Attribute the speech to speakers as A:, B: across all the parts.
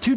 A: Too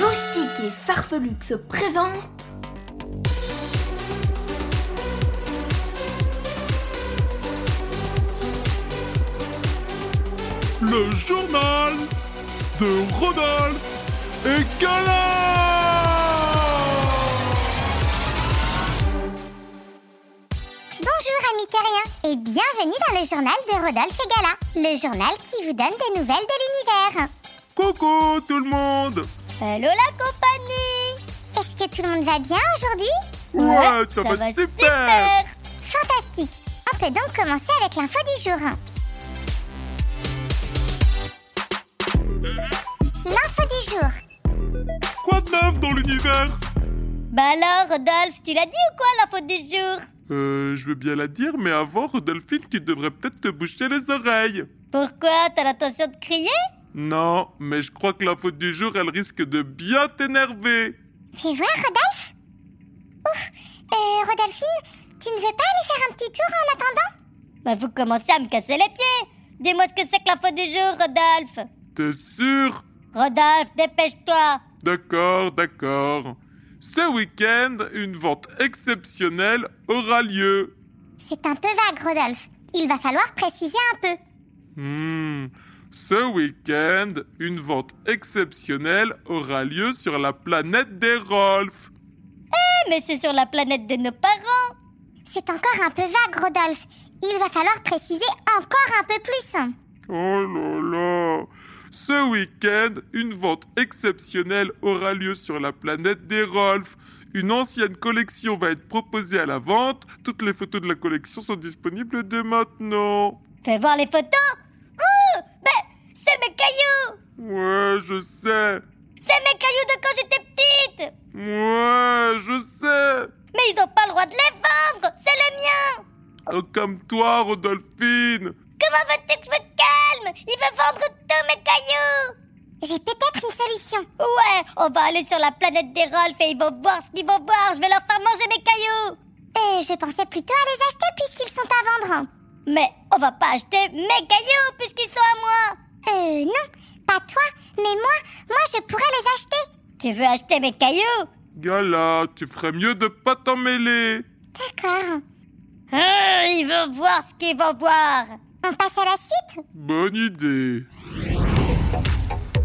B: Loustique et Farfelux se présentent
C: Le journal de Rodolphe et Gala
D: Bonjour amis terriens et bienvenue dans le journal de Rodolphe et Gala, le journal qui vous donne des nouvelles de l'univers.
C: Coucou tout le monde
D: Hello la compagnie Est-ce que tout le monde va bien aujourd'hui
C: Ouais, ça, va, super,
D: Fantastique On peut donc commencer avec l'info du jour. L'info du jour
C: Quoi de neuf dans l'univers
E: Bah alors, Rodolphe, tu l'as dit ou quoi la faute du jour
C: Euh, je veux bien la dire, mais avant, Rodolphine, tu devrais peut-être te boucher les oreilles.
E: Pourquoi T'as l'intention de crier
C: Non, mais je crois que la faute du jour, elle risque de bien t'énerver.
D: Fais voir Rodolphe Ouf Euh, Rodolphine, tu ne veux pas aller faire un petit tour en attendant
E: Bah vous commencez à me casser les pieds Dis-moi ce que c'est que la faute du jour, Rodolphe
C: T'es sûr
E: Rodolphe, dépêche-toi
C: D'accord, d'accord. Ce week-end, une vente exceptionnelle aura lieu.
D: C'est un peu vague Rodolphe, il va falloir préciser un peu.
E: Eh,
C: Hmm. Ce week-end, une vente exceptionnelle aura lieu sur la planète des Rolfs.
E: Eh, Mais c'est sur la planète de nos parents
D: C'est encore un peu vague, Rodolphe. Il va falloir préciser encore un peu plus.
C: Oh là là Ce week-end, une vente exceptionnelle aura lieu sur la planète des Rolfs. Une ancienne collection va être proposée à la vente. Toutes les photos de la collection sont disponibles dès maintenant.
E: Fais voir les photos Ouh Bah, c'est mes cailloux
C: Ouais, je sais.
E: C'est mes cailloux de quand j'étais petite
C: Ouais, je sais.
E: Mais ils ont pas le droit de les vendre C'est les miens
C: Oh, comme toi, Rodolphine.
E: Comment veux-tu que je me calme Il veut vendre tous mes cailloux
D: J'ai peut-être une solution.
E: Ouais, on va aller sur la planète des Rolfs et ils vont voir ce qu'ils vont voir. Je vais leur faire manger mes cailloux.
D: Euh, je pensais plutôt à les acheter puisqu'ils sont à vendre.
E: Mais on va pas acheter mes cailloux puisqu'ils sont à moi.
D: Euh, non, pas toi, mais moi, moi je pourrais les acheter.
E: Tu veux acheter mes cailloux
C: Gala, tu ferais mieux de pas t'en mêler.
D: D'accord.
E: Hein, Ils vont voir ce qu'ils vont voir.
D: On passe à la suite
C: Bonne idée.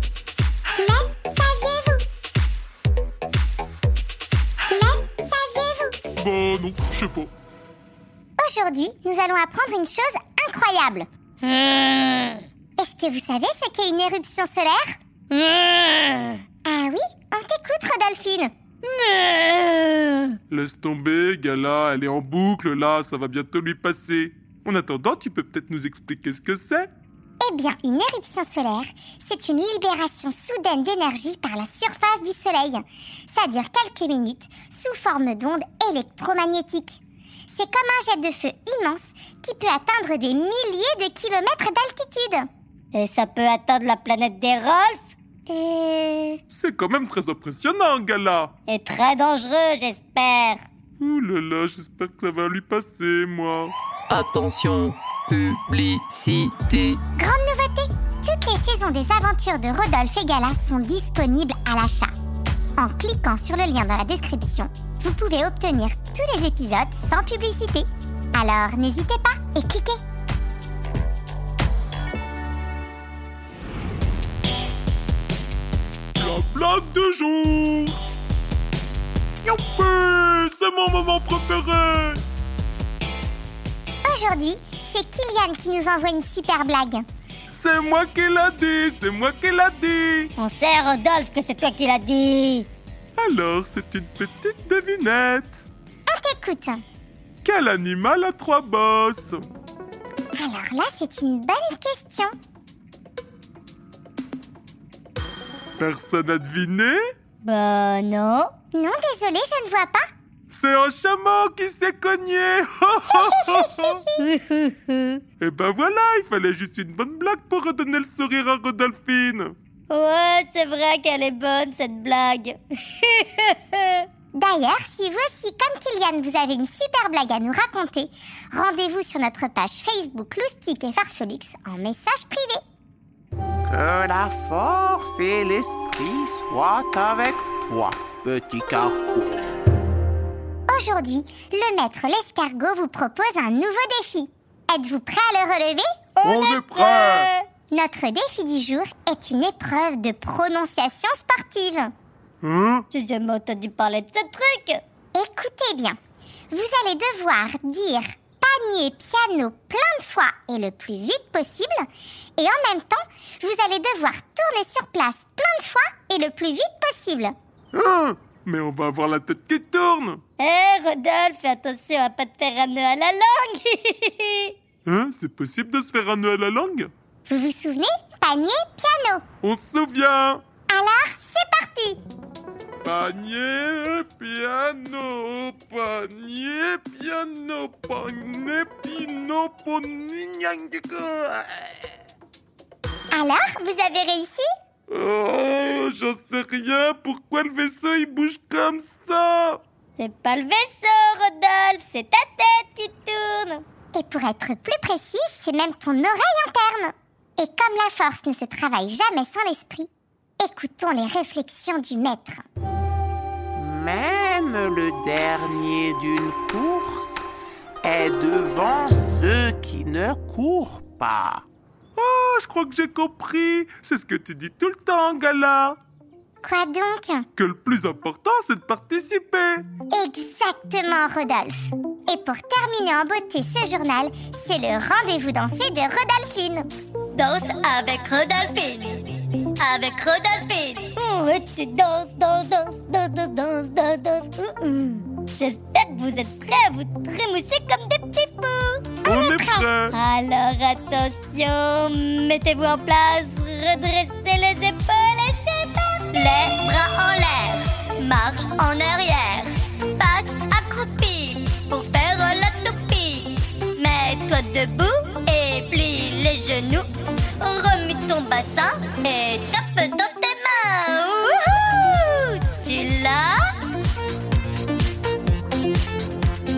D: Le saviez-vous Le saviez-vous
C: Bon, non, je sais pas.
D: Aujourd'hui, nous allons apprendre une chose incroyable.
E: Euh.
D: Est-ce que vous savez ce qu'est une éruption solaire
E: Euh.
D: Ah oui, on t'écoute, Rodolphine.
E: Euh.
C: Laisse tomber, Gala, elle est en boucle là, ça va bientôt lui passer. En attendant, tu peux peut-être nous expliquer ce que c'est
D: Eh bien, une éruption solaire, c'est une libération soudaine d'énergie par la surface du Soleil. Ça dure quelques minutes sous forme d'ondes électromagnétiques. C'est comme un jet de feu immense qui peut atteindre des milliers de kilomètres d'altitude.
E: Et ça peut atteindre la planète des Rolfs
D: Euh...
C: C'est quand même très impressionnant, Gala.
E: Et très dangereux, j'espère.
C: Ouh là là, j'espère que ça va lui passer, moi.
F: Attention, publicité.
D: Grande nouveauté Toutes les saisons des aventures de Rodolphe et Gala sont disponibles à l'achat. En cliquant sur le lien dans la description, vous pouvez obtenir tous les épisodes sans publicité. Alors n'hésitez pas et cliquez
C: La blague de jour Youpi C'est mon moment préféré
D: Aujourd'hui, c'est Kylian qui nous envoie une super blague.
C: C'est moi qui l'a dit, c'est moi qui l'a dit
E: On sait, Rodolphe, que c'est toi qui l'as dit.
C: Alors, c'est une petite devinette.
D: On t'écoute
C: Quel animal a trois bosses
D: Alors là, c'est une bonne question.
C: Personne a deviné
E: Bah non.
D: Non, désolé, je ne vois pas.
C: C'est un chaman qui s'est cogné Et ben voilà, il fallait juste une bonne blague pour redonner le sourire à Rodolphine
E: Ouais, c'est vrai qu'elle est bonne cette blague.
D: D'ailleurs, si vous aussi, comme Kylian, vous avez une super blague à nous raconter, rendez-vous sur notre page Facebook Loustic et Farfelux en message privé.
G: Que la force et l'esprit soient avec toi, petit carreau.
D: Aujourd'hui, le maître Lescargot vous propose un nouveau défi. Êtes-vous prêt à le relever
C: On est prêt
D: Notre défi du jour est une épreuve de prononciation sportive.
C: Hein
E: J'ai jamais entendu parler de ce truc.
D: Écoutez bien, vous allez devoir dire panier piano plein de fois et le plus vite possible, et en même temps, vous allez devoir tourner sur place plein de fois et le plus vite possible.
C: Hein Mais on va avoir la tête qui tourne
E: Hé, Rodolphe, fais attention à pas te faire un nœud à la langue.
C: Hein C'est possible de se faire un nœud à la langue
D: Vous vous souvenez Panier piano.
C: On se souvient
D: Alors, c'est parti
C: Panier, piano, panier, piano, panier, pino, ponignangico.
D: Alors, vous avez réussi
C: Oh, j'en sais rien, pourquoi le vaisseau il bouge comme ça
E: C'est pas le vaisseau, Rodolphe, c'est ta tête qui tourne.
D: Et pour être plus précis, c'est même ton oreille interne. Et comme la force ne se travaille jamais sans l'esprit, écoutons les réflexions du maître.
G: Même le dernier d'une course est devant ceux qui ne courent pas.
C: Oh, je crois que j'ai compris, c'est ce que tu dis tout le temps, Gala
D: Quoi donc
C: Que le plus important, c'est de participer
D: Exactement, Rodolphe. Et pour terminer en beauté ce journal, c'est le rendez-vous dansé de Rodolphine.
E: Danse avec Rodolphine. Avec Rodolphine. Ouais, Oh, tu danses, danses, danses, danses, danses, danses, danses, danses. Hum, hum. J'espère que vous êtes prêts à vous trémousser comme des petits fous.
C: On est prêt
E: Alors attention, mettez-vous en place, redressez les épaules et c'est parti. Les bras en l'air, marche en arrière, passe accroupi pour faire la toupie. Mets-toi debout et plie les genoux, remue ton bassin et tape dans tes mains. Wouhou tu l'as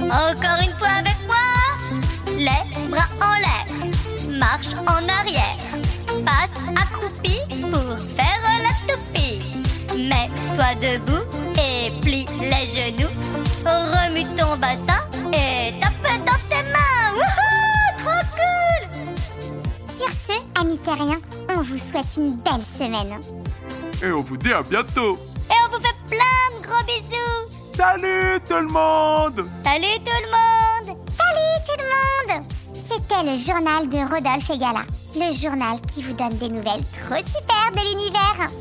E: encore une fois avec moi. Les bras en l'air, marche en arrière, passe accroupi pour faire la toupie. Mets-toi debout et plie les genoux, remue ton bassin et tape dans tes mains. Wouhou, trop cool!
D: Sur ce, amis terriens, on vous souhaite une belle semaine.
C: Et on vous dit à bientôt
E: Et on vous fait plein de gros bisous.
C: Salut tout le monde
E: Salut tout le monde!
D: Salut tout le monde C'était le journal de Rodolphe et Gala, le journal qui vous donne des nouvelles trop super de l'univers.